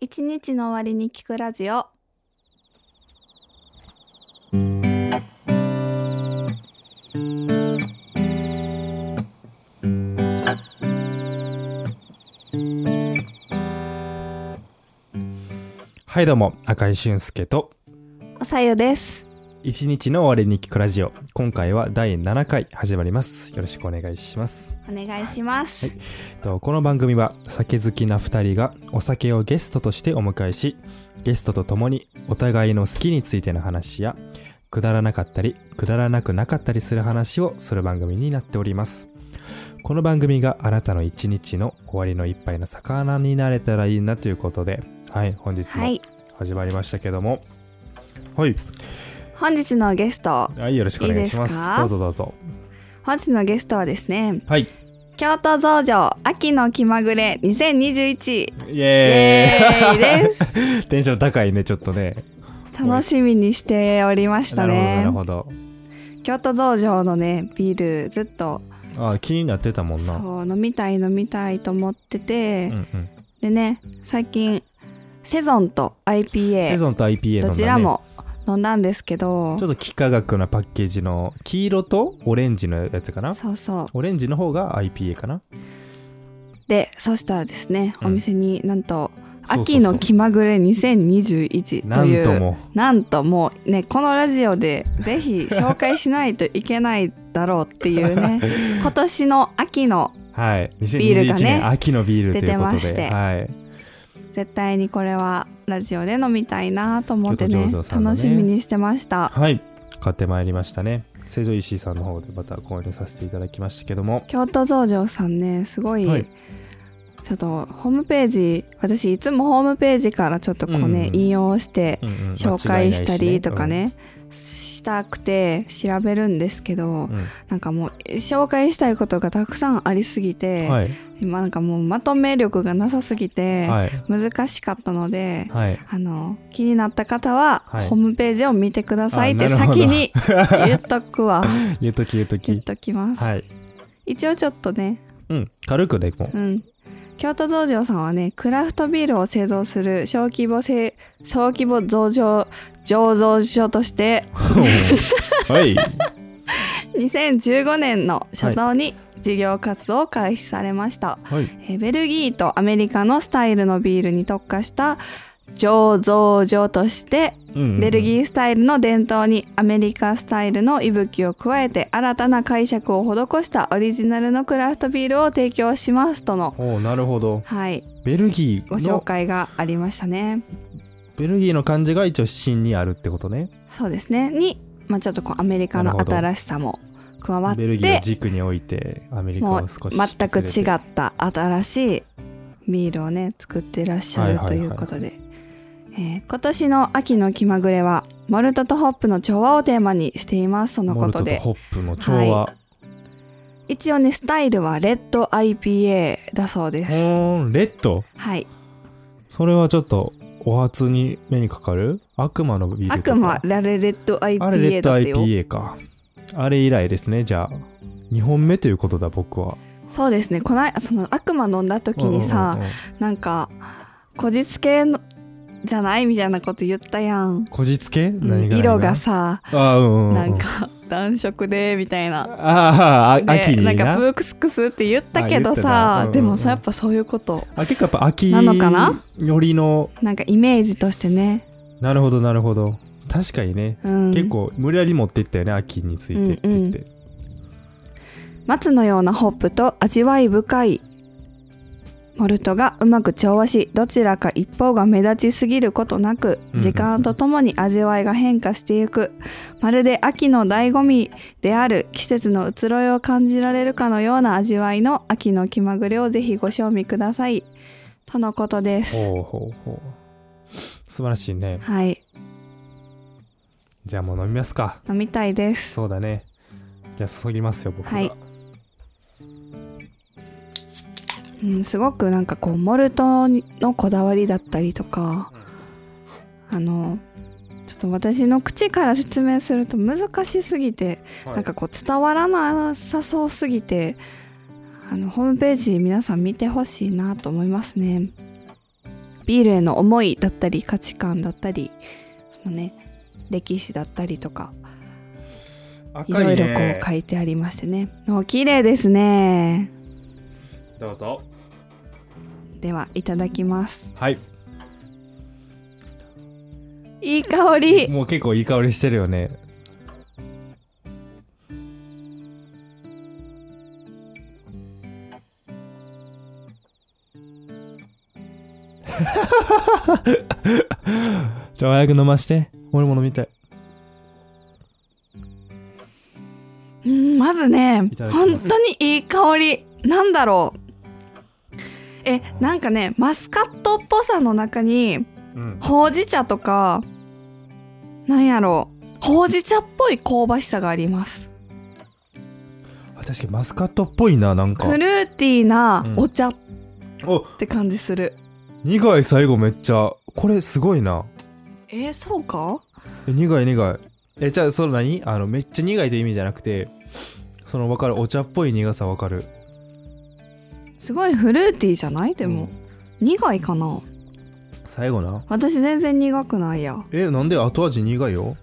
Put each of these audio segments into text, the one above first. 日の終わりに聞くラジオはいどうも赤井俊介とおさゆです一日の終わりに聞くラジオ今回は第7回始まりますよろしくお願いしますお願いします、はいとこの番組は酒好きな2人がお酒をゲストとしてお迎えしゲストと共にお互いの好きについての話やくだらなかったりくだらなくなかったりする話をする番組になっておりますこの番組があなたの一日の終わりの一杯の魚になれたらいいなということではい本日はもい、始まりましたけどもはい本日のゲストはい、よろしくお願いします。いいですかどうぞどうぞ。本日のゲストはですねはい。イ京都増上秋の気まぐれ2021イエエーイ ですーイ。テンション高いね、ちょっとね。楽しみにしておりましたなねるほど、なる京都増上のねビールずっとほど。あ、気になってたもんな。そう飲みたい飲みたいと思ってて、うんうん。でね最近セゾンと IPA セゾンと IPA の、ね、どちら。も飲んだんですけどちょっと幾何学なパッケージの黄色とオレンジのやつかな。そうそうオレンジの方が IPA かな。でそしたらですね、うんお店になんとそうそうそう秋の気まぐれ2021なといんうとも。なんともうねこのラジオでぜひ紹介しないといけないだろうっていう ね今年の秋のはい。ールがね2021年秋のビールというこ出てまとしで。てはい。絶対にこれはラジオで飲みたいなと思って京ね都醸造さんのね楽しみにしてましたはい。買ってまいりましたね。成城石井さんの方でまた購入させていただきましたけども。京都増上さんねすごい、はいちょっとホームページ私いつもホームページからちょっとこうね、うん引用してうんうん紹介したりとか。間違いないしねしたくて調べるんですけど、うんうんなんかもう紹介したいことがたくさんありすぎて、はい、今なんかもうまとめ力がなさすぎてはい、難しかったので、はい。あの気になった方ははいホームページを見てくださいってあなるほど先に 言っとくわ言うとき言うと言っき。ときます、はい。一応ちょっとねうん、軽くで もうう。ん、京都増上さんはねクラフトビールを製造する小規模製小規模増上醸造所としてはい。 2015年の初頭に事業活動を開始されました、はい。えーベルギーとアメリカのスタイルのビールに特化した醸造所としてうんベルギー。ースタイルの伝統にアメリカスタイルの息吹を加えて新たな解釈を施したオリジナルのクラフトビールを提供しますとの、おお、なるほど。はい、ベルギごー紹の、介がありましたね。ベルギーの漢字が一応芯にあるってことね。そうですね。に、まあ、ちょっとこうアメリカのなるほど新しさも加わっベルギーて、を軸に置いて、アメリカもうを少し引き全く連れて。違った新しいビールをね作ってらっしゃるということで、えー今年の秋の気まぐれはモルトとホップの調和をテーマにしていますとのモこルとトとで、ホップの調和。一応ねスタイルはレッド IPA だそうでほす。ーん、レッド。はい、それはちょっと、お初に目にかかる悪魔のビールとか。悪魔ラレレッドあれ、レ IPA ッドだってよ。 IPA か。あれ以来ですね、じゃあ。2本目ということだ、僕は。そうですね。こないその悪魔飲んだ時にさ、うんうんうんうんなんかこじつけのじゃないみたいなこと言ったやんこじつけうん何が色が何さあ、うんうんうん、なんか暖色でみたあいあなあ秋にでななんかブークスクスって言ったけどあ言ってたうんさうんうんでもそうやっぱそういうことあ結構やっぱ秋なのかなよりのなんかイメージとしてね、なるほどなるほど確かにね、うん、結構無理やり持っていったよね秋についてって言って、松のようなホップと味わい深いモルトがうまく調和しどちらか一方が目立ちすぎることなくうん時間とともに味わいが変化していくまるで秋の醍醐味である季節の移ろいを感じられるかのような味わいの秋の気まぐれをぜひご賞味くださいとのことです。ほうほうほう素晴らしいねはいじゃあもう飲みますか飲みたいです。そうだねじゃあ注ぎますよ僕ははいうん、すごくなんかこうモルトのこだわりだったりとかあのちょっと私の口から説明すると難しすぎて、はいなんかこう伝わらなさそうすぎてあのホームページ皆さん見てほしいなと思いますねビールへの思いだったり価値観だったりそのね歴史だったりとかいろいろこう書いてありましてねもう綺麗ですねどうぞではいただきますはいいい香りもう結構いい香りしてるよねじゃあ早く飲まして俺も飲みたいうんまずねいただきま本す当にいい香りなんだろうえなんかねマスカットっぽさの中にうんほうじ茶とかなんやろうほうじ茶っぽい香ばしさがありますあ確かにマスカットっぽいななんかフルーティーなお茶っおて感じする、苦い最後めっちゃこれすごいなえーそうかえ苦い苦いえじゃあその何あのめっちゃ苦いという意味じゃなくてその分かるお茶っぽい苦さ分かるすごいフルーティーじゃないでうもん、苦いかな最後な私全然苦くないやえなんで後味苦いよ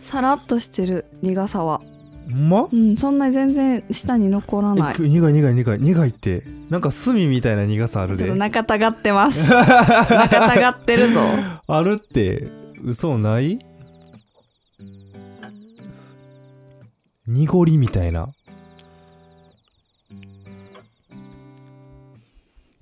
さらっとしてる苦さはほんまうんそんなに全然舌に残らなえいく苦い苦い苦い苦いってなんか炭みたいな苦さあるちょっでと仲たがってます 仲たがってるぞあるって嘘ない濁りみたいな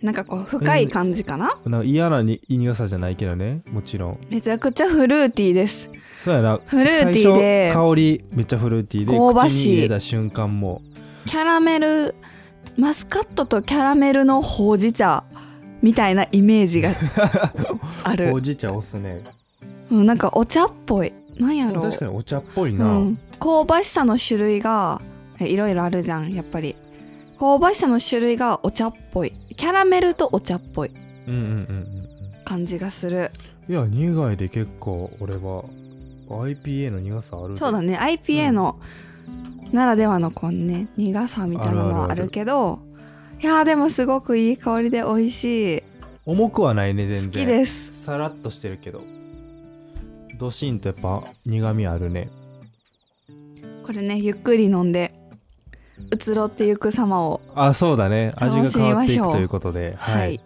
なんかこう深い感じかななんか嫌なに苦さじゃないけどねもちろんめちゃくちゃフルーティーですそうやなフルーティーで最初香りめっちゃフルーティーで香ば口しいに入れた瞬間もキャラメルマスカットとキャラメルのほうじ茶みたいなイメー ジがあるほうじ茶おすねうん、なんかお茶っぽいなんやろう確かにお茶っぽいうな、ん、香ばしさの種類がえいろいろあるじゃんやっぱり香ばしさの種類がお茶っぽいキャラメルとお茶っぽいうんうんうんうん感じがするうんいや苦いで結構俺は IPA の苦さあるでそうだね IPA のならではのこうね苦さみたいなのはあるけどいやーでもすごくいい香りで美味しい重くはないね全然好きですさらっとしてるけどドシンとやっぱ苦みあるねこれねゆっくり飲んで移ろってゆく様をあそうだね味が変わっ楽していみましょくうということではい、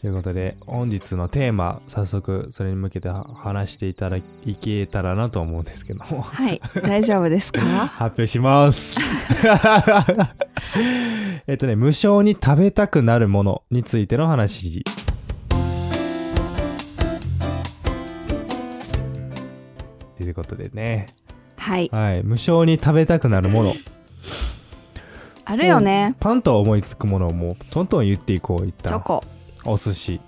ということで本日のテーマ早速それに向けては話していただけたらなと思うんですけど もはい、大丈夫です か発表します えっとね無性に食べたくなるものについての話ということでねはいはい無性に食べたくなるものあるよねパンと思いつくものをもうトントン言っていこういっチたョコお寿司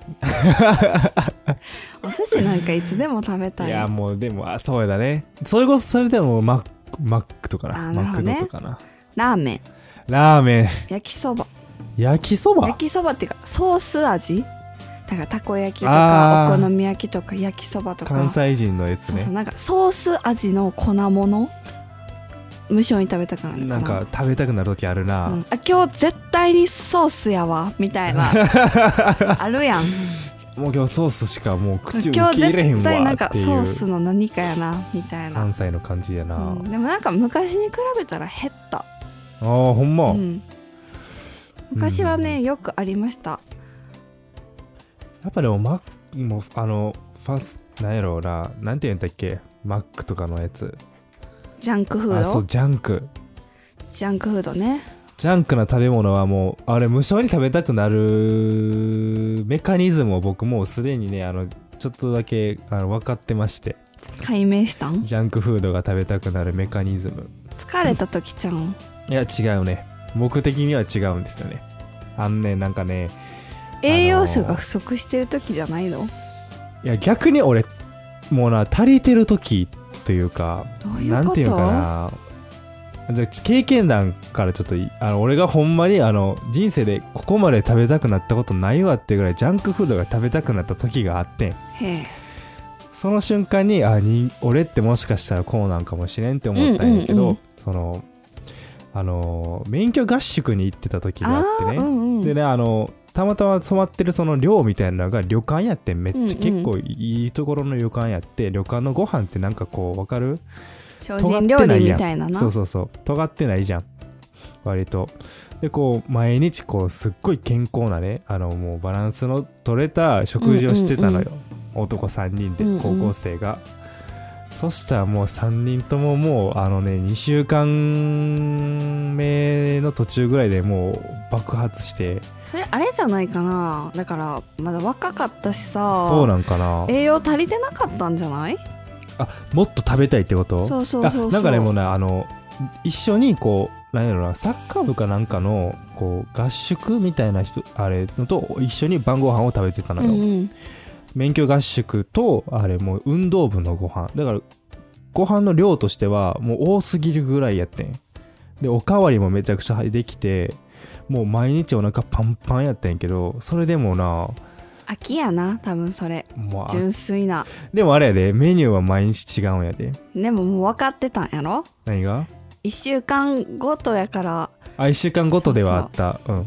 お寿司なんかいつでも食べたいいやもうでもあそうだねそれこそそれでもママックとかなあーなマるッほクどねドとかなラーメンラーメン焼きそば焼きそば焼きそばっていうかソース味だからたこ焼きとあかーお好み焼きとか焼きそばとか関西人のやつそうねそうなんかソース味の粉物無性に食べたくなるかななんか食べたくなる時あるな、うんあ今日絶対にソースやわみたい なあるやんもう今日ソースしかもう口を今受日け入れへん絶対なわんっかていソースうの何かやなみたいな、関西の感じやな、うんでもなんか昔に比べたら減ったあーほんま、うん、昔はね、よくありましたやっぱでもマックもうあのファスなんやろうななんて言うんだっけマックとかのやつジャンクフあーそうドジャンクジャンクフードねジャンクな食べ物はもうあれ無性に食べたくなるメカニズムを僕もうすでにねあのちょっとだけあの分かってまして解明したんジャンクフードが食べたくなるメカニズム疲れた時ちゃうんいや違うね僕的には違うんですよねあのねなんかね栄養素が不足してる時じゃないのいや逆に俺もうな足りてる時というかどういうことなんていうのかなじゃあ経験談からちょっといあの俺がほんまにあの人生でここまで食べたくなったことないわっていうぐらいジャンクフードが食べたくなった時があってんへえその瞬間にあに俺ってもしかしたらこうなんかもしれんって思ったんやけうんど、うんうんそのあの免許合宿に行ってた時がああってーね、うんうんでねあのたまたま泊まってるその寮みたいなのが旅館やってんめっちゃ、うんうん結構いいところの旅館やって旅館のご飯ってなんかこうわかる精進料理みたいななそうそうそう尖ってないじゃん割とでこう毎日こうすっごい健康なねあのもうバランスの取れた食事をしてたのよ、男3人でうんうん高校生が、そしたらもう3人とももうあのね2週間目の途中ぐらいでもう爆発してそれあれじゃないかなだからまだ若かったしさそうなんかな栄養足りてなかったんじゃないあもっと食べたいってことそうそうそうそうあなんかでもねあの一緒にこうなんやろなサッカー部かなんかのこう合宿みたいな人あれのと一緒に晩ご飯を食べてたのよ、うんうん免許合宿とあれもう運動部のご飯だからご飯の量としてはもう多すぎるぐらいやってんでおかわりもめちゃくちゃできてもう毎日お腹パンパンやったんやけどそれでもな秋やな多分それもうあ純粋なでもあれやでメニューは毎日違うんやででももう分かってたんやろ何が1週間ごとやからあ1週間ごとではあったうんも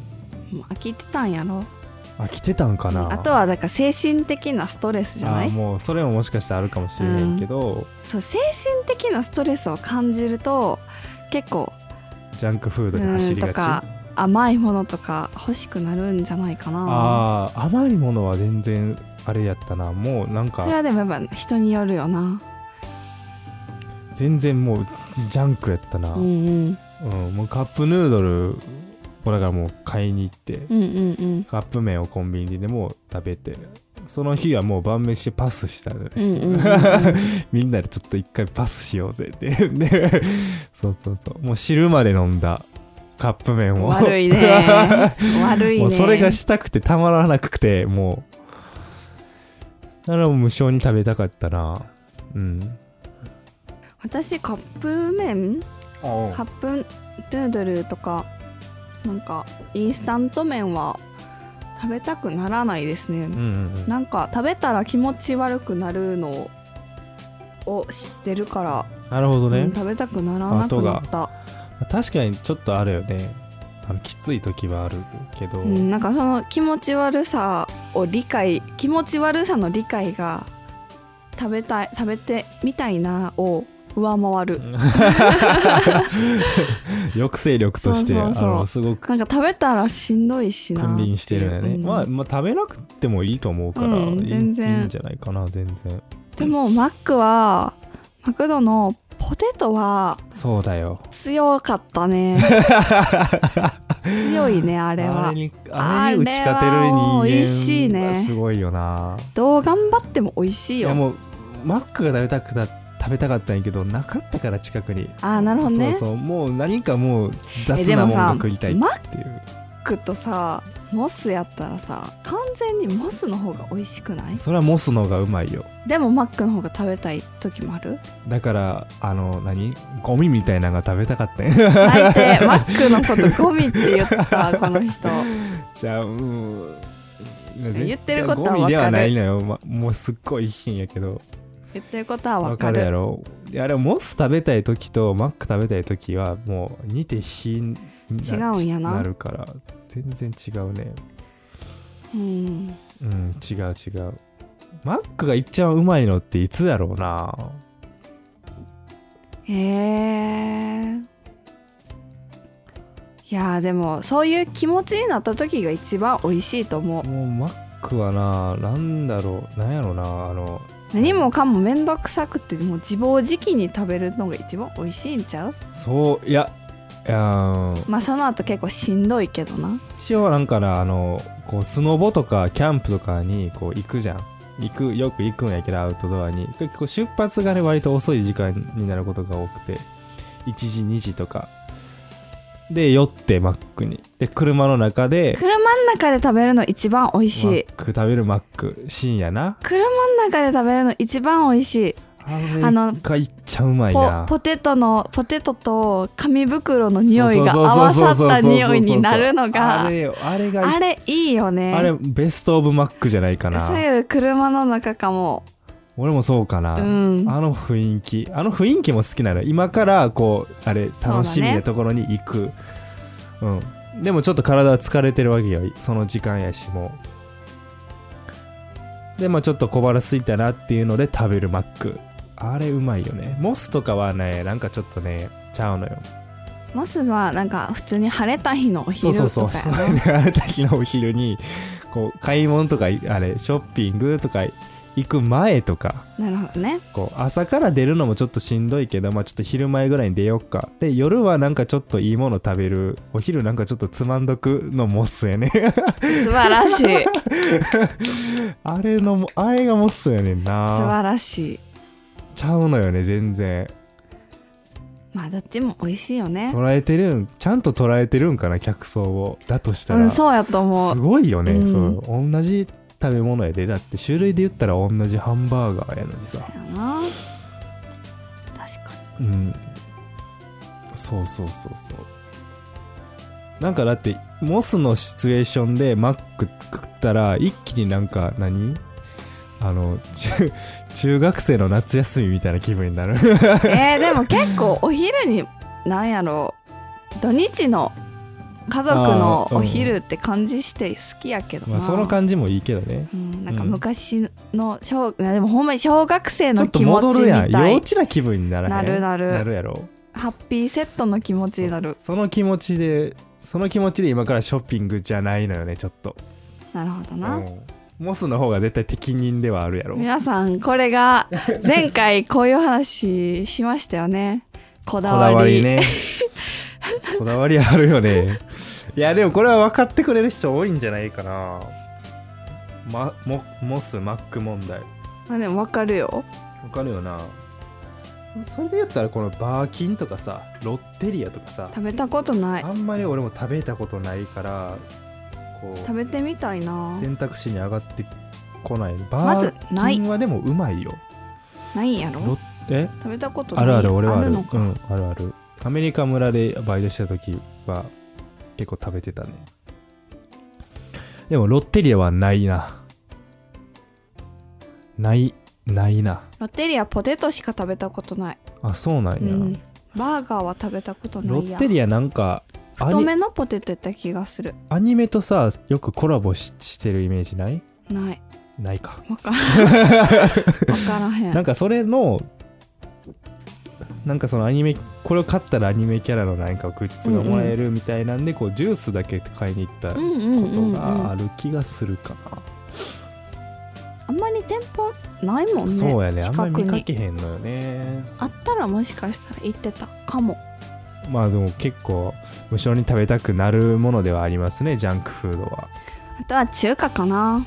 う飽きてたんやろあ来てたんかなあとはだから精神的なストレスじゃなあーいもうそれももしかしたらあるかもしれないけど、そう精神的なストレスを感じると結構ジャンクフードに走りがうんちとか甘いものとか欲しくなるんじゃないかなあー甘いものは全然あれやったなもうなんそれかはでもやっぱ人によるよな全然もうジャンクやったな、ううんんうんもうカップヌードルをだからもう買いに行って、うんうんうんカップ麺をコンビニでも食べてその日はもう晩飯パスしたのね、うんうんうんうん みんなでちょっと一回パスしようぜって でそうそうそうもう汁まで飲んだカップ麺を悪 いね悪いねもうそれがしたくてたまらなくてもうならもう無償に食べたかったなうん私カップ麺カあップヌードルとかなんかインスタント麺は食べたくならないですね、うんうんなんか食べたら気持ち悪くなるのを知ってるから、なるほどね、うん食べたくならなくなった、確かにちょっとあるよねあのきつい時はあるけど、うん、なんかその気持ち悪さを理解気持ち悪さの理解が食べたい食べてみたいなを上回る、抑制力としてそうそうそうあのすごくなんか食べたらしんどいしな君臨してるよってね、いううんまあ、まあ食べなくてもいいと思うから、うんいい全然いいんじゃないかな全然でもマックはマクドのポテトはそうだよ強かったね 強いねああれはにあれに打ち勝てるあれは美味しい人間ねはすごいよなどう頑張っても美味しいいやよもうマックが食べたくた食べたかったんやけどなかったから近くにあーなるほどねそうそうもう何かもうえ雑でなももさのが食いたいっていうママックとさモスやったらさ完全にモスの方が美味しくないそれはモスの方がうまいよでもマックの方が食べたい時もあるだからあの何ゴミみたいなのが食べたかったん や大抵マックのことゴミって言ったこの人じゃあうん言ってることはわかるゴミではないのよ、ま、もうすっごい美味しいんやけど言ってることはわわかかるるやろいやでもモス食べたい時とマック食べたい時はもう似て非に違うんやななるから全然違うねうんうん違う違うマックが一番うまいのっていつだろうなへえいやーでもそういう気持ちになった時が一番美味しいと思うもうマックはななんだろうなんやろうなあの何もかも面倒くさくてもう自暴自棄に食べるのが一番美味しいんちゃうそういやいやーまあその後結構しんどいけどな一応なんかなあのこうスノボとかキャンプとかにこう行くじゃん行くよく行くんやけどアウトドアに結構出発がね割と遅い時間になることが多くて1時2時とかで酔ってマックにで車の中で車の中で食べるの一番美味しマいック食べるマック深夜な車の中で食べるの一番美味しいああののがいっちゃうまいポなポテトのポテトと紙袋の匂いが合わそうさっそうそうそうそたう匂いになるのがあれよあれがああれ,、れいいよねベストオブマックじゃないかそうないう車の中かも俺もそうかな、うんあの雰囲気あの雰囲気も好きなの今からこうあれうだね楽しみなところに行くう,、んでもちょっと体は疲れてるわけよその時間やしもうでまあちょっと小腹空いたなっていうので食べるマックあれうまいよねモスとかはねなんかちょっとねちゃうのよモスはなんか普通に晴れた日のおそう昼そうそとうかそやなれであれた日のお昼にこう買い物とかあれショッピングとか行く前とかなるほどねこう朝から出るのもちょっとしんどいけど、まあ、ちょっと昼前ぐらいに出よっかで夜はなんかちょっといいもの食べるお昼なんかちょっとつまんどくのモスやね 素晴らしい素あれのもあれがモスやねんな晴らしいちゃうのよね全然まあどっちも美味しいよね捉えてるんちゃんと捉えてるんかな客層をだとしたうら、んそうやと思すうごいよね、うんそう同じ食べ物やでだって種類で言ったら同じハンバーガーやのにさやな確かうんそうそうそうそうなんかだってモスのシチュエーションでマック食ったら一気になんか何あの中中学生の夏休みみたいな気分に なるにえー、でも結構お昼になんやろう土日の家族のお昼って感じして好きやけどな、まあその感じもいいけどねうん、なんか昔の小、でもほんまに小学生ちょのっと気持戻ちるみやんた幼い稚な気分にならへんなるなるなるやろハッピーセットの気持ちになるそその気持ちでその気持ちで今からショッピングじゃないのよねちょっと、なるほどうな、ん、モスの方が絶対適任ではあるやろ皆さんこれが前回こういう話しましたよねこだこわだりわり ねこだわりあるよねいやでもこれは分かってくれる人多いんじゃないかなま、モモスマック問題まあでもわかるよ分かるよなそれで言ったらこのバーキンとかさロッテリアとかさ食べたことないあんまり俺も食べたことないからこ食うべてみたいな選択肢に上がってこないまバずーないキンはでもうまいよないんやろロえ食べたことないあるある俺はあるのかうんあるあるアメリカ村でバイトしてた時は結構食べてたねでもロッテリアはないなないないなロッテリアポテトしか食べたことない、あそうなんや、うん、バーガーは食べたことなロいやッテリアなんかア太ニめのポテトやった気がするアニメとさよくコラボししてるイメージないないないかわからんわからへんなんかそれのなんかそのアニメこれを買ったらアニメキャラのなんかグッズがもらえるみたいなんで、こうジュースだけ買いに行ったうんうんこうとんうん、があある気がするかな、んまり店舗ないもんねそうやねあんま近りく見かにけへんのよねあったらもしかしたら行ってたかもまあでも結構無性に食べたくなるものではありますねジャンクフードはあとは中華かな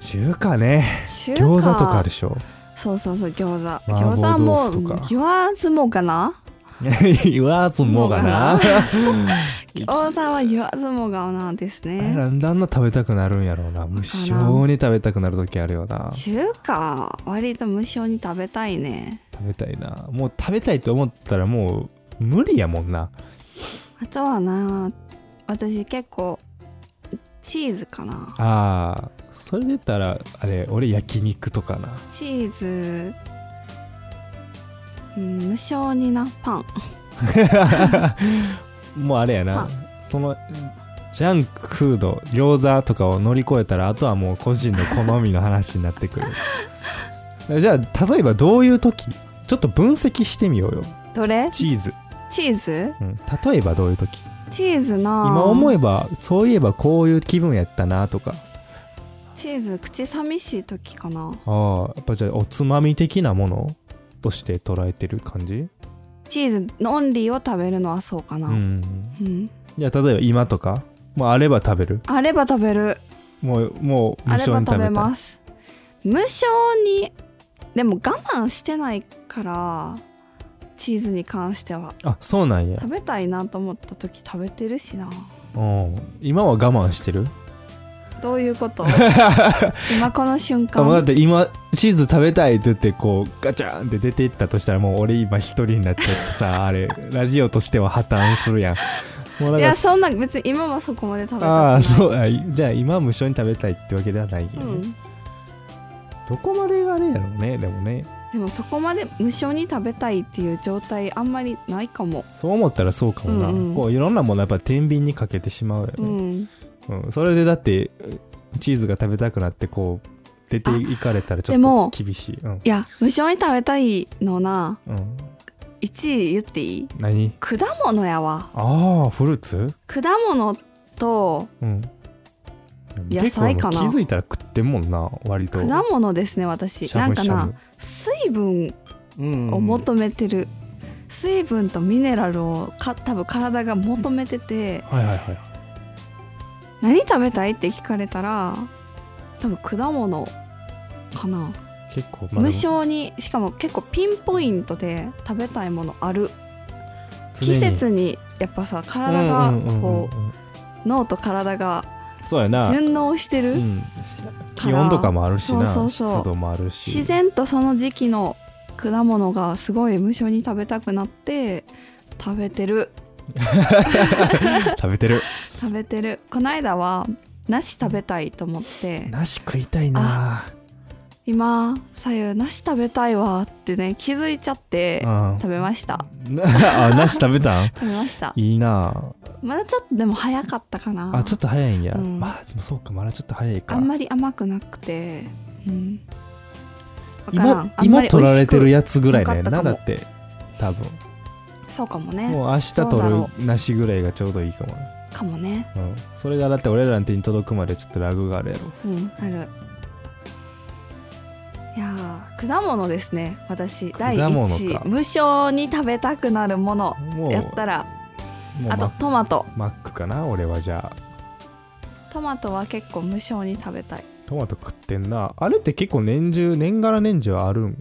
中華ね中華餃子とかある でしょそうそうそう餃子麻婆餃子はも豆腐とかう言わずもがな言わずもがな餃子は言わずもがなですあれねなんであんな食べたくなるんやろうな無性に食べたくなる時あるよな中華割と無性に食べたいね食べたいなもう食べたいと思ったらもう無理やもんなあとはな私結構チーズかなあーそれで言ったらあれ俺焼肉とかなチーズ、うん、無性になパンもうあれやな、まそのジャンクフード餃子とかを乗り越えたらあとはもう個人の好みの話になってくる じゃあ例えばどういう時ちょっと分析してみようよどれチーズ、チーズうん、例えばどういう時チーズな今思えばそういえばこういう気分やったなとかチーズ口寂しい時かなああやっぱじゃあおつまみ的なものとして捉えてる感じチーズのオンリーを食べるのはそうかな、ううんんじゃあ例えば今とかもうあれば食べるあれば食べるもうもうあ無れ性ばに食食べべたいます無性にでも我慢してないからチーズに関してはあそうなんや食べたいなと思った時食べてるしなうん今は我慢してるどういうこと 今この瞬あもうだっ間て今チーズ食べたいって言ってこうガチャンって出ていったとしたらもう俺今一人になっちゃって さあれラジオとしては破綻するやんもうなんかいやそんな別に今はそこまで食べたくないああそうあいじゃあ今は無性に食べたいってわけではないけどうね、んどこまでがあれやろうねでもねでもそこまで無償に食べたいっていう状態あんまりないかも、そう思ったらそうかもな、うんうんこういろんなものやっぱ天秤にかけてしまうようね、ん、うんそれでだってチーズが食べたくなってこう出ていかれたらちょでっもと厳しい、うんいや無償に食べたいのなうん、 1位言っていい何果物やわああフルーツ果物とうん野菜かな結構もう気づいたら食ってんもんな割と果物ですね私しゃぶしなゃんぶかな水分うんを求めてる、水分とミネラルをか多分体が求めてて、はいはいはい何食べたいって聞かれたら多分果物かな、結構、無あ、償にしかも結構ピンポイントで食べたいものある常に季節にやっぱさ体がうんうんうんうんこう脳と体がそうやな、順応してる、うん、気温とかもあるしなそうそうそう湿度もあるし自然とその時期の果物がすごい無償に食べたくなって食べてる食べ てる食べてるこの間は梨食べたいと思って梨食いたいな今左右梨食べたいわってね気づいちゃってうん食べました あ梨食 べたん食べましたいいなまだちょっとでも早かったかなあちょっと早いんや、うんまあでもそうかまだちょっと早いかあんまり甘くなくて、うん、わからん今あんま今り美味しく取られてるやつぐらいだよなかなったかだもって多分そうかもねもう明日どうだ取ろる梨ぐらいがちょうどいいかもなかもねうん、それがだって俺らの手に届くまでちょっとラグがあるやろうんあるいやー果物ですね私第果物1か位無償に食べたくなるものもうやったらもうあとマトマトマックかな俺はじゃあトマトは結構無償に食べたい、トマト食ってんなあれって結構年中年がら年中あるん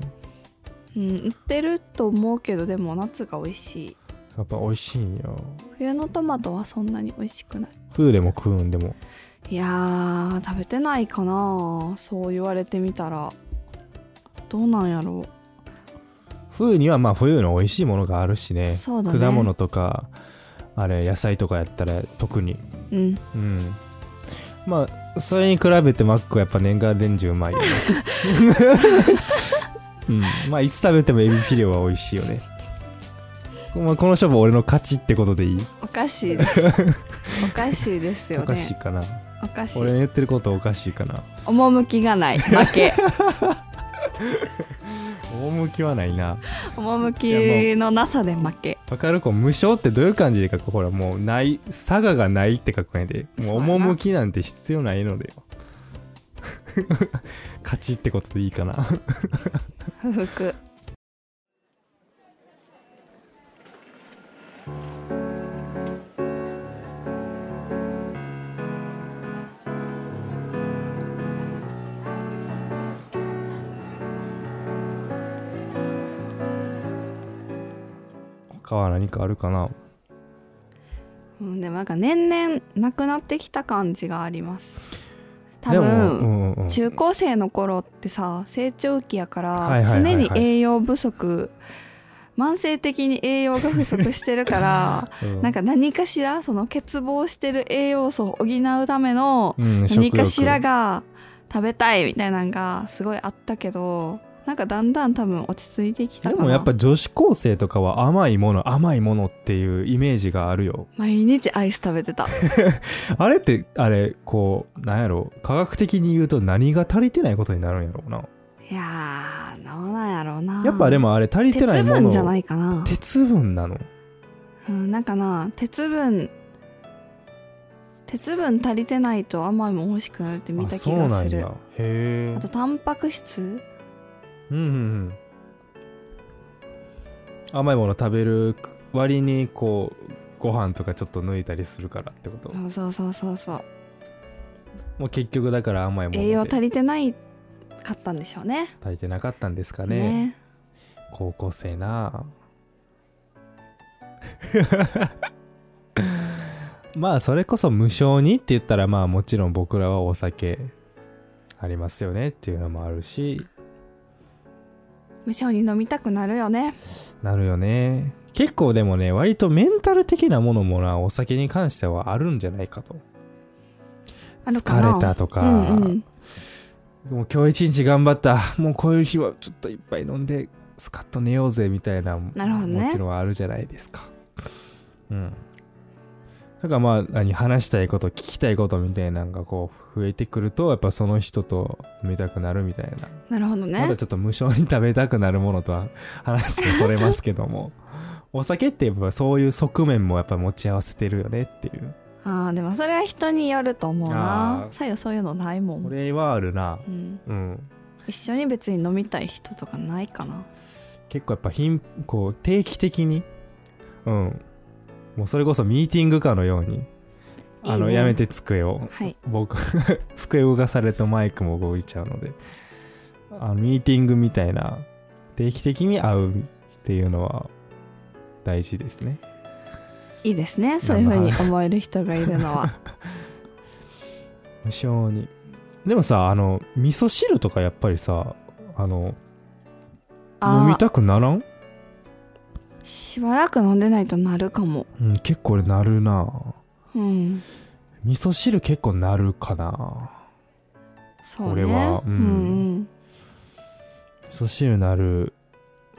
うん、売ってると思うけどでも夏が美味しいやっぱ美味しいんよ冬のトマトはそんなに美味しくない食うでも食うんでもいやー食べてないかなそう言われてみたらどうなんやろ冬にはまあ冬の美味しいものがあるしねそうだね果物とかあれ野菜とかやったら特にううんうんまあそれに比べてマックはやっぱ年がら年中うまい よね、うん、まあいつ食べてもエビフィレオは美味しいよね、まあ、この勝負俺の勝ちってことでいい、おかしい ですおかしいですよおねかしいかなおかしい俺の言ってることおかしいかな趣がない負 け趣はないな趣のなさで負けわかるこう無償ってどういう感じで書くほらもうない佐賀がないって書くんやでそもううやな趣なんて必要ないので よ勝ちってことでいいかな 不服他は何かあるかなうんでもなんか年々なくなってきた感じがあります多でも分、うんうんうん中高生の頃ってさ成長期やから、はいはいはいはい常に栄養不足慢性的に栄養が不足してるからうんなんか何かしらその欠乏してる栄養素を補うためのうん、何かしら食が食べたいみたいなのがすごいあったけどなんかだんだん多分落ち着いてきた欲かなでもやっぱ女子高生とかは甘いもの甘いものっていうイメージがあるよ毎日アイス食べてたあれってあれこうなんやろ科学的に言うと何が足りてないことになるんやろうないやーどうなんやろうなやっぱでもあれ足りて鉄ないもの分じゃないかな、鉄分なのうん、なんかな鉄分鉄分足りてないと甘いもん欲しくなるって見た気あそうがなんするやあへえとタンパク質うんうんうん甘いもの食べる割にこうご飯とかちょっと抜いたりするからってことそうそうそうそうそうもう結局だから甘いもの栄養足でりてないかったんでしょうね足りてなかったんですかねね高校生なあ まあそれこそ無償にって言ったらまあもちろん僕らはお酒ありますよねっていうのもあるし無償に飲みたくなるよねなるよね結構でもね割とメンタル的なものもなお酒に関してはあるんじゃないかとあるかな疲れたとか、うんうんもう今日一日頑張った もうこういう日はちょっといっぱい飲んでスカッと寝ようぜみたいななるほどねもちろんあるじゃないですかうんだからまあ何話したいこと聞きたいことみたいなのがこう増えてくるとやっぱその人と飲みたくなるみたいななるほどまねだちょっと無償に食べたくなるものとは話がそれますけど もお酒ってやっぱそういう側面もやっぱ持ち合わせてるよねっていうあーでもそれは人によると思うなあーさよそういうのないもん、俺はあるなうん、うん一緒に別に飲みたい人とかないかな結構やっぱ頻こう定期的にうんもうそれこそミーティングかのようにあいいのねやめて机をはい僕 机動かされるとマイクも動いちゃうのであのミーティングみたいな定期的に会うっていうのは大事ですねいいですねそういうふうに思える人がいるの は無性にでもさあの味噌汁とかやっぱりさあのあー飲みたくならん、しばらく飲んでないとなるかもうん、結構俺なるなうん味噌汁結構なるかなそうね俺はううんん、うん味噌汁なる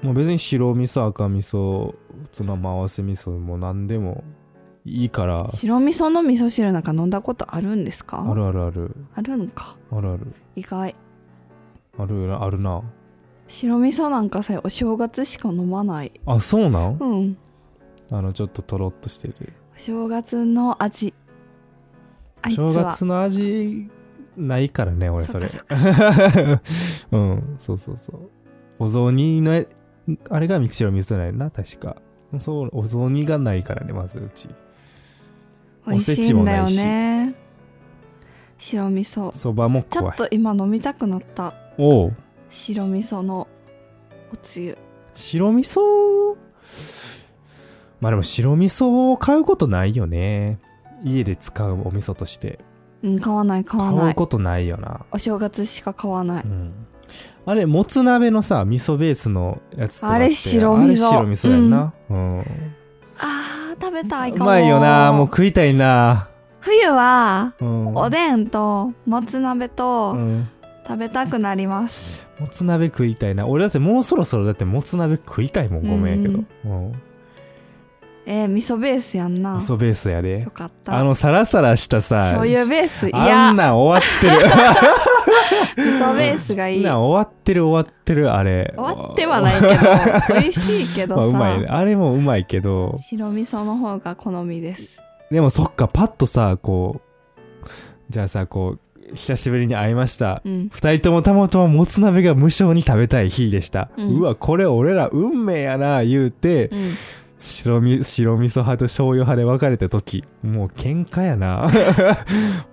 もう別に白味噌赤味噌ツナも合わせ味噌も何でもいいから白味噌の味噌汁なんか飲んだことあるんですかあるあるあるあるんかあるある意外あるなあるな白味噌なんかさお正月しか飲まないあそうなんうんあのちょっととろっとしてるお正月の味あいつは正月の味ないからね俺それそっ うんそうそうそうお雑煮のあれがミキシロミスないな確かそうお雑煮がないからねまずうち美味しいんだよね白味噌そばもちょ怖っいと今飲みたくなったおう白味噌のおつゆ白味噌まあでも白味噌を買うことないよね家で使うお味噌としてうん買わない買わな買ういことないよなお正月しか買わないうんあれ、もつ鍋のさ、味噌ベースのやつとかってあれ白味噌あれ白味噌やんな。うん。あー食べたいうかもまいよな。もう食いたいな。冬はうん。おでんともつ鍋うとん食べたくなります、もつ鍋食いたいな。俺だってもうそろそろだってもつ鍋食いたいもん。ごめんやけど。うん。えー、味噌ベースやんな味噌ベースやでよ。かったあの、サラサラしたさ。醤油ベースいあやんなん終わってる。味噌ベースがあいんいなん終終わってる終わってる、あれ。わってはないけ ど美味しいけどまあさ、うまいね。あれもうまいけど。白味噌の方が好みですでもそっかパッとさこうじゃあさこう久しぶりに会いました、うん二人ともたまたまもつ鍋が無償に食べたい日でした、ううんわこれ俺ら運命やな言うて、うん白み白味噌派と醤油派で別れた時もう喧嘩やな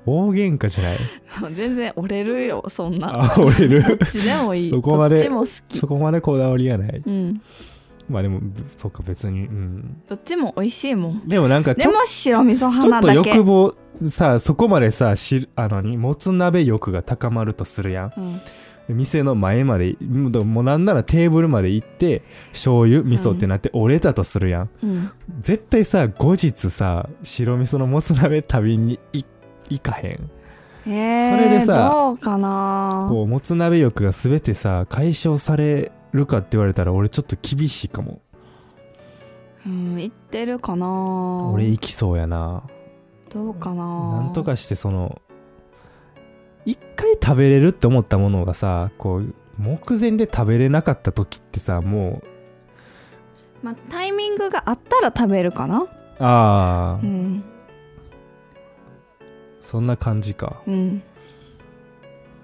大喧嘩じゃないでも全然折れるよそんなあ折れる どっちでもいいそこまでどっちも好きそこまでこだわりがないうんまあでもそっか別にうんどっちも美味しいもんでもなんかちでょも白味噌ち派ょなっとだけ欲望さそこまでさしあのにもつ鍋欲が高まるとするやんうんで店の前までもうもうなんならテーブルまで行って醤油味噌ってなって折れたとするやん、うん絶対さ後日さ白味噌のもつ鍋食べにい行かへんえー、それでさどうかなこうもつ鍋欲が全てさ解消されるかって言われたら俺ちょっと厳しいかもうん、行ってるかな俺行きそうやなどうかななんとかしてその一回食べれるって思ったものがさこう目前で食べれなかった時ってさもまあ、タイミングがあったら食べるかなうああ、うんそんな感じかうん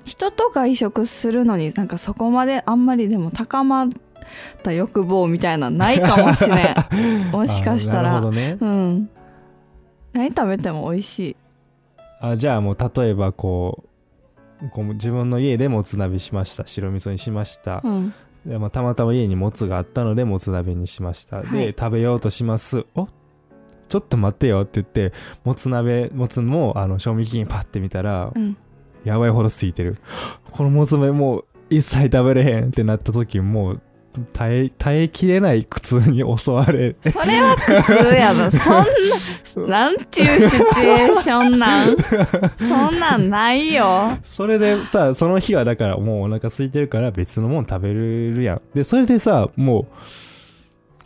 人と外食するのになんかそこまであんまりでも高まった欲望みたいなのないかもしれ んもしかしたあらなるほどねうん何食べても美味しいあじゃあもう例えばこうこう自分の家でもつ鍋しました白味噌にしましたう、んでまあ、たまたま家にもつがあったのでもつ鍋にしました、はいで食べようとしますおちょっと待ってよって言ってもつ鍋もつもあの賞味期限パッて見たら、うんやばいほど過ぎてるこのもつ鍋もう一切食べれへんってなった時もう耐え耐えきれない苦痛に襲われそれは苦痛や ぞ。そんな、なんていうシチュエーションなん そんなんないよ。それでさその日はだからもうお腹空いてるから別のもん食べれるやんでそれでさもう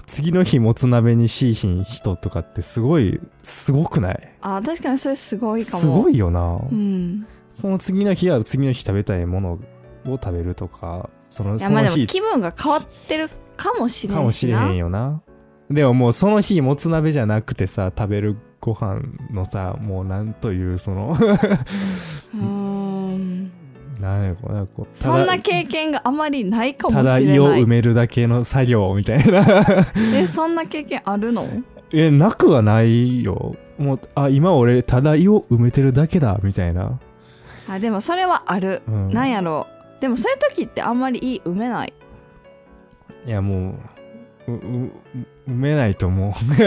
次の日もつ鍋にしいひん人とかってすごいすごくないあ、確かにそれすごいかも。すごいよな、うん。その次の日は次の日食べたいものを食べるとかそのいや、そまあのでも日気分が変わってるかもしれんしな。かもしれへんよなでももうその日もつ鍋じゃなくてさ食べるご飯のさもうなんというそのうーん。なんやこうなんかこうそんなただ経験があまりないかもたしれなだい。胃を埋めるだけの作業みたいなえ、そんな経験あ るのえなくはないよもうあ今俺ただ胃を埋めてるだけだみたいな、あ、でもそれはある。うん、なんやろう。でもそういう時ってあんまりいい埋めない。いやもううう埋めないともう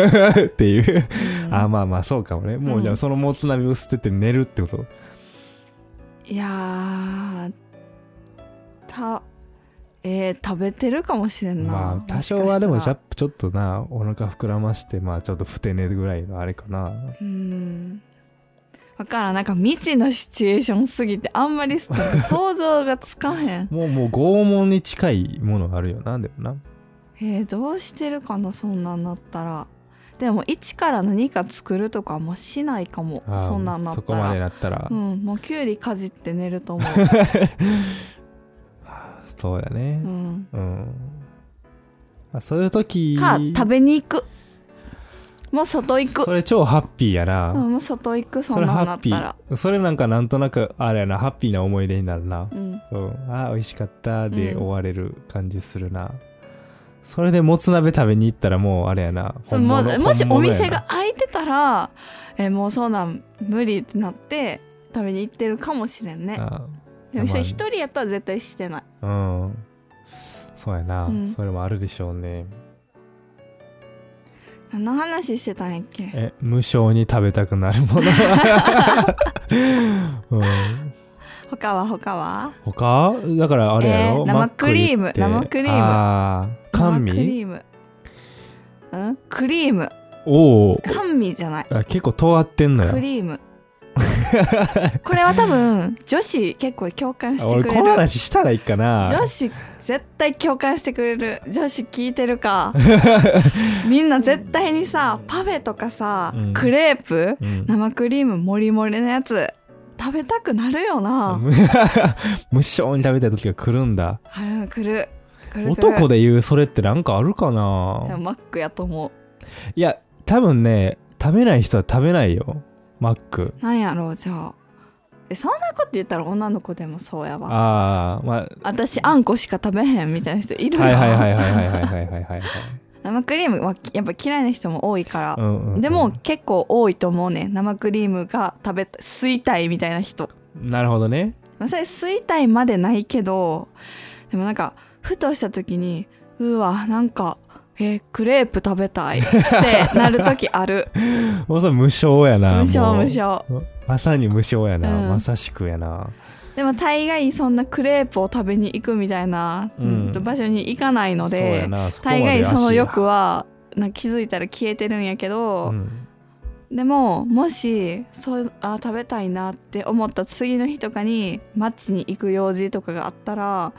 っていううんあまあまあそうかもねもうじゃうあんそのもつ鍋を捨てて寝るってこと、いやーたえー、食べてるかもしれんな、まあ多少はでもしちかょしちょっとなお腹膨らましてまあちょっとふて寝るぐらいのあれかなたらうんわからんなんか未知のシチュエーションすぎてあんまり想像がつかへんもうもう拷問に近いものあるよなでもなえー、どうしてるかなそんなんなったらでも一から何か作るとかもしないかもあーそんなんなっそたこまでらなったら、うんもうきゅうりかじって寝ると思 そうだう、うねん、うん、まあ、そういう時か食べに行くもう外行くそれ超ハッピーやな、うん、もう外行くそそんれなハんなッっピたらーそれなんかなんとなくあれやなハッピーな思い出になるなうんうん、あ美味しかったでうん終われる感じするな、それでもつ鍋食べに行ったらもうあれやなそうも本う物もし本お物やな店が開いてたら、えーもうそうなん無理ってなって食べに行ってるかもしれんねあでも一まあ人一人やったら絶対してないうんそうやな、うんそれもあるでしょうね何の話してたんやっけえ無性に食べたくなる もの、うん、他は他は他だからあれやえろ、ー生クリームマック行って生クリームあー生甘ク味リームうんクリームおお甘味じゃないあ結構尖ってんのクよリームこれは多分女子結構共感して俺くこれのる話したらいいかな女子絶対共感してくれる女子聞いてるか みんな絶対にさパフェとかさ、うんクレープうん生クリームもりもりのやつ食べたくなるよな、 無性に食べたい時が来るんだあれくるくるくる男で言うそれってなんかあるかいやなマックやと思いや多分ね食べない人は食べないよマックうなんやろうじゃあえそんなこと言ったら女の子でもそうやわああま私あんこしか食べへんみたいな人いるあよはいはいはいはいはいはいはいはいはい生クリームはやっぱ嫌いな人も多いから、うんうんうんでも結構多いと思うね生クリームが食べた吸いたいみたいな人なるほどねまあそれ吸いたいまでないけどでもなんかふとした時にうわなんかえークレープ食べたいってなる時あ るもうそれ無性やな無性もう無性まさに無性やな、うんまさしくやなでも大概そんなクレープを食べに行くみたいな、うん場所に行かないのそうでやなそこまで大概その足欲はなんか気づいたら消えてるんやけど、うんでももしそうあ食べたいなって思った次の日とかにマッチに行く用事とかがあったら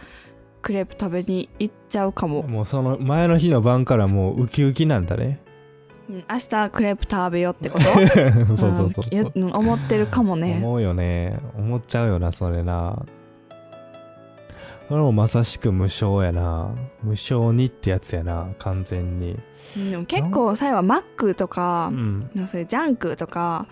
クレープ食べに行っちゃうかも、もうその前の日の晩からもうウキウキなんだねうん明日クレープ食べようってこと そうそうそううんいやそううん思ってるかもね思うよね思っちゃうよなそれなそれもまさしく無償やな無償にってやつやな完全にうんでも結構最後はマックとうか、んなんかそういうジャンクとか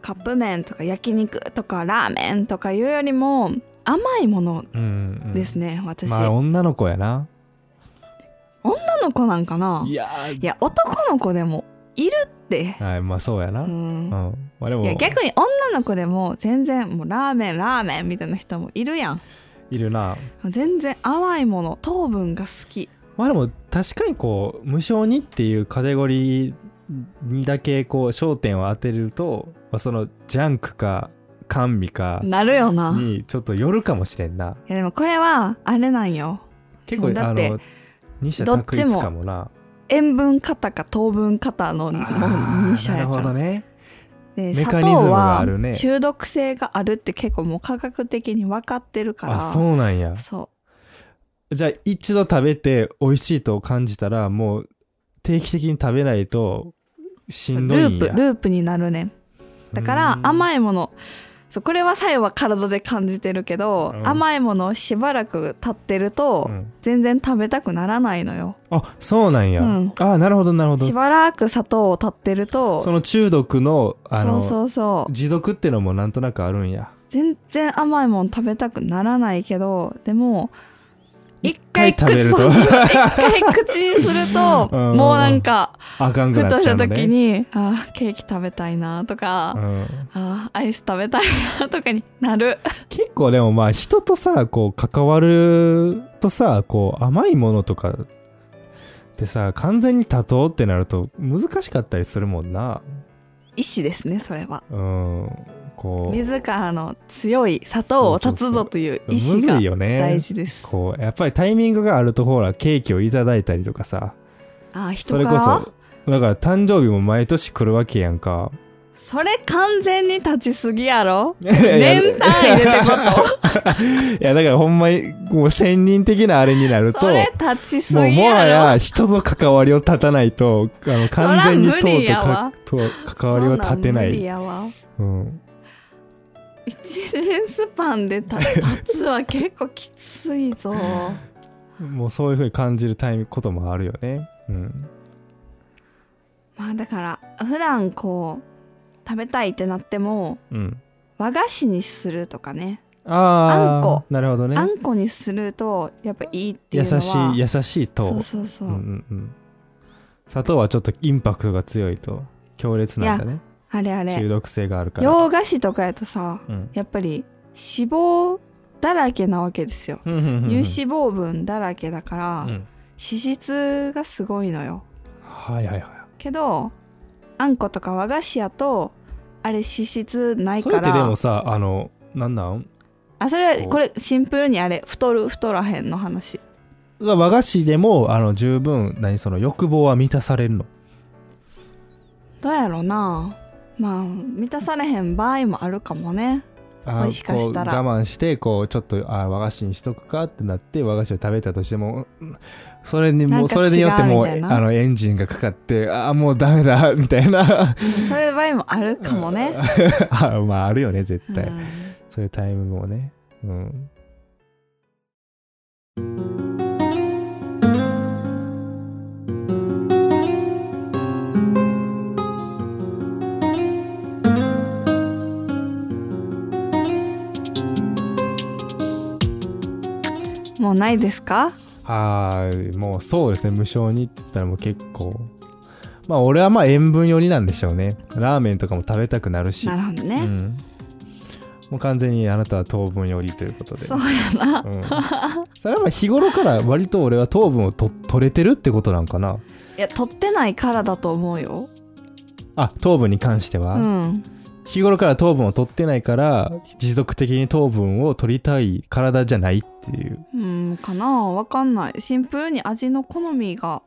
カップ麺とか焼肉とかラーメンとかいうよりも甘いものうん、うん、ですね、私、まあ女の子やな女の子なんかないやーいや男の子でもいるってはいまあそうやうなうん、んまあでもいや逆に女の子でも全然もうラーメンラーメンみたいな人もいるやんいるな全然甘いもの糖分が好きまあでも確かにこう無償にっていうカテゴリーにだけこう焦点を当てると、まあ、そのジャンクか甘味かなるよなにちょっとよるかもしれんないやでもこれはあれなんよ結構だあっての二者どっ択ちも一かもな。塩分型か糖分型のもうあ2ー社なやるかほら、どね。でメ砂カニズム糖があはるね中毒性があるって結構もう科学的に分かってるからあ、そうなんや。そじゃあ一度食べて美味しいと感じたらもう定期的に食べないとうしそうんルどいんープや。ループになるねんだからい。甘いものそうこれはさえは体で感じてるけど、うん甘いものをしばらく経ってると、うん全然食べたくならないのよあそうなんや。うんああなるほどなるほどし。ばらく砂糖を経ってるとその中毒のあそのうそうそう持続ってのもなんとなくあるんや。全然甘いもん食べたくならないけどでも一回回食べると口そうそう一回口にすると うんもうなんかあかんくふなとっしちゃたうの時ね。にあーケーキ食べたいなとか、うん、あーアイス食べたいなとかになる結構でもまあ人とさこう関わるとさこう甘いものとかってさ完全に妥当ってなると難しかったりするもんな。意思ですねそれはうん、こう自らの強い砂糖を断つぞという意む思ずがいよね大事です、こうやっぱりタイミングがあるとほらケーキをいただいたりとかさあーそ人れかこらそだから誕生日も毎年来るわけやんかそれ完全に立ちすぎやろやいや年単位でってこいやだからほんまにもう専任的なあれになるとそともれ立ちすぎうやろもはや人の関わりを立たないとあの完全にそら無理やわ党とかと関わりを立てなそんん無理いやわうん1年スパンでた立つは結構きついぞもうそういうふうに感じるタイミングこともあるよねうんまあだから普段こう食べたいってなってもうん和菓子にするとかねあああんこなるほどねあんこにするとやっぱいいってい優うのしはい優しいとそうそうそう、うんうんうん、砂糖はちょっとインパクトが強いと強烈なんだねあれあ中れ毒性があるから洋菓子とかやとさうんやっぱり脂肪だらけなわけですようんうんうんうん有脂肪分だらけだから、う脂ん質がすごいのよはいはいはけどあんことか和菓子やとあれ脂質ないいそれかってでらもさあのなんなんあそれこうこれシンプルにあれ太る太らへんの話和菓子でもあの十分何その欲望は満たされるのどうやろなまあ満たされへん場合もあるかもねあもしかしたらこう我慢してこうちょっとあ和菓子にしとくかってなって和菓子を食べたとしてもうんそれにもなんうかそれによってもう違うみたいなあのエンジンがかかってあもうダメだみたいなそういう場合もあるかもね、 あまああるよね絶うん対、そういうタイミングもね。うん。もうないですかはい、もうそうですね、無償にって言ったらもう結構。まあ俺はまあ塩分寄りなんでしょうね。ラーメンとかも食べたくなるし。なるほどうね、ん。もう完全にあなたは糖分寄りということで。そうやな、うん、それはまあ日頃から割と俺は糖分をと取れてるってことなんかないや取ってないからだと思うよあ糖分に関しては、うん日頃から糖分を取ってないから持続的に糖分を取りたい体じゃないっていううんかなわかんないシンプルに味の好みが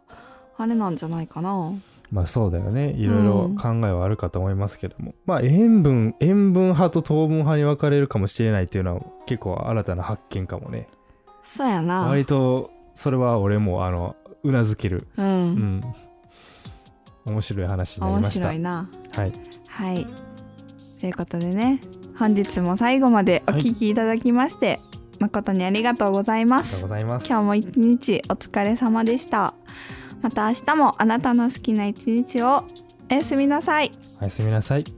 あれなんじゃないかなまあそうだよねいろいろうん考えはあるかと思いますけども、まあ塩分塩分派と糖分派に分かれるかもしれないっていうのは結構新たな発見かもねそうやな割とそれは俺もあのうなずけるう、うんん面白い話になり面ました白いなはいはいということでね本日も最後までお聞きいただきまして、誠にありがとうございまありがとうすございます今日も一日お疲れ様でしたまた明日もあなたの好きな一日をおやすみなさいおやすみなさい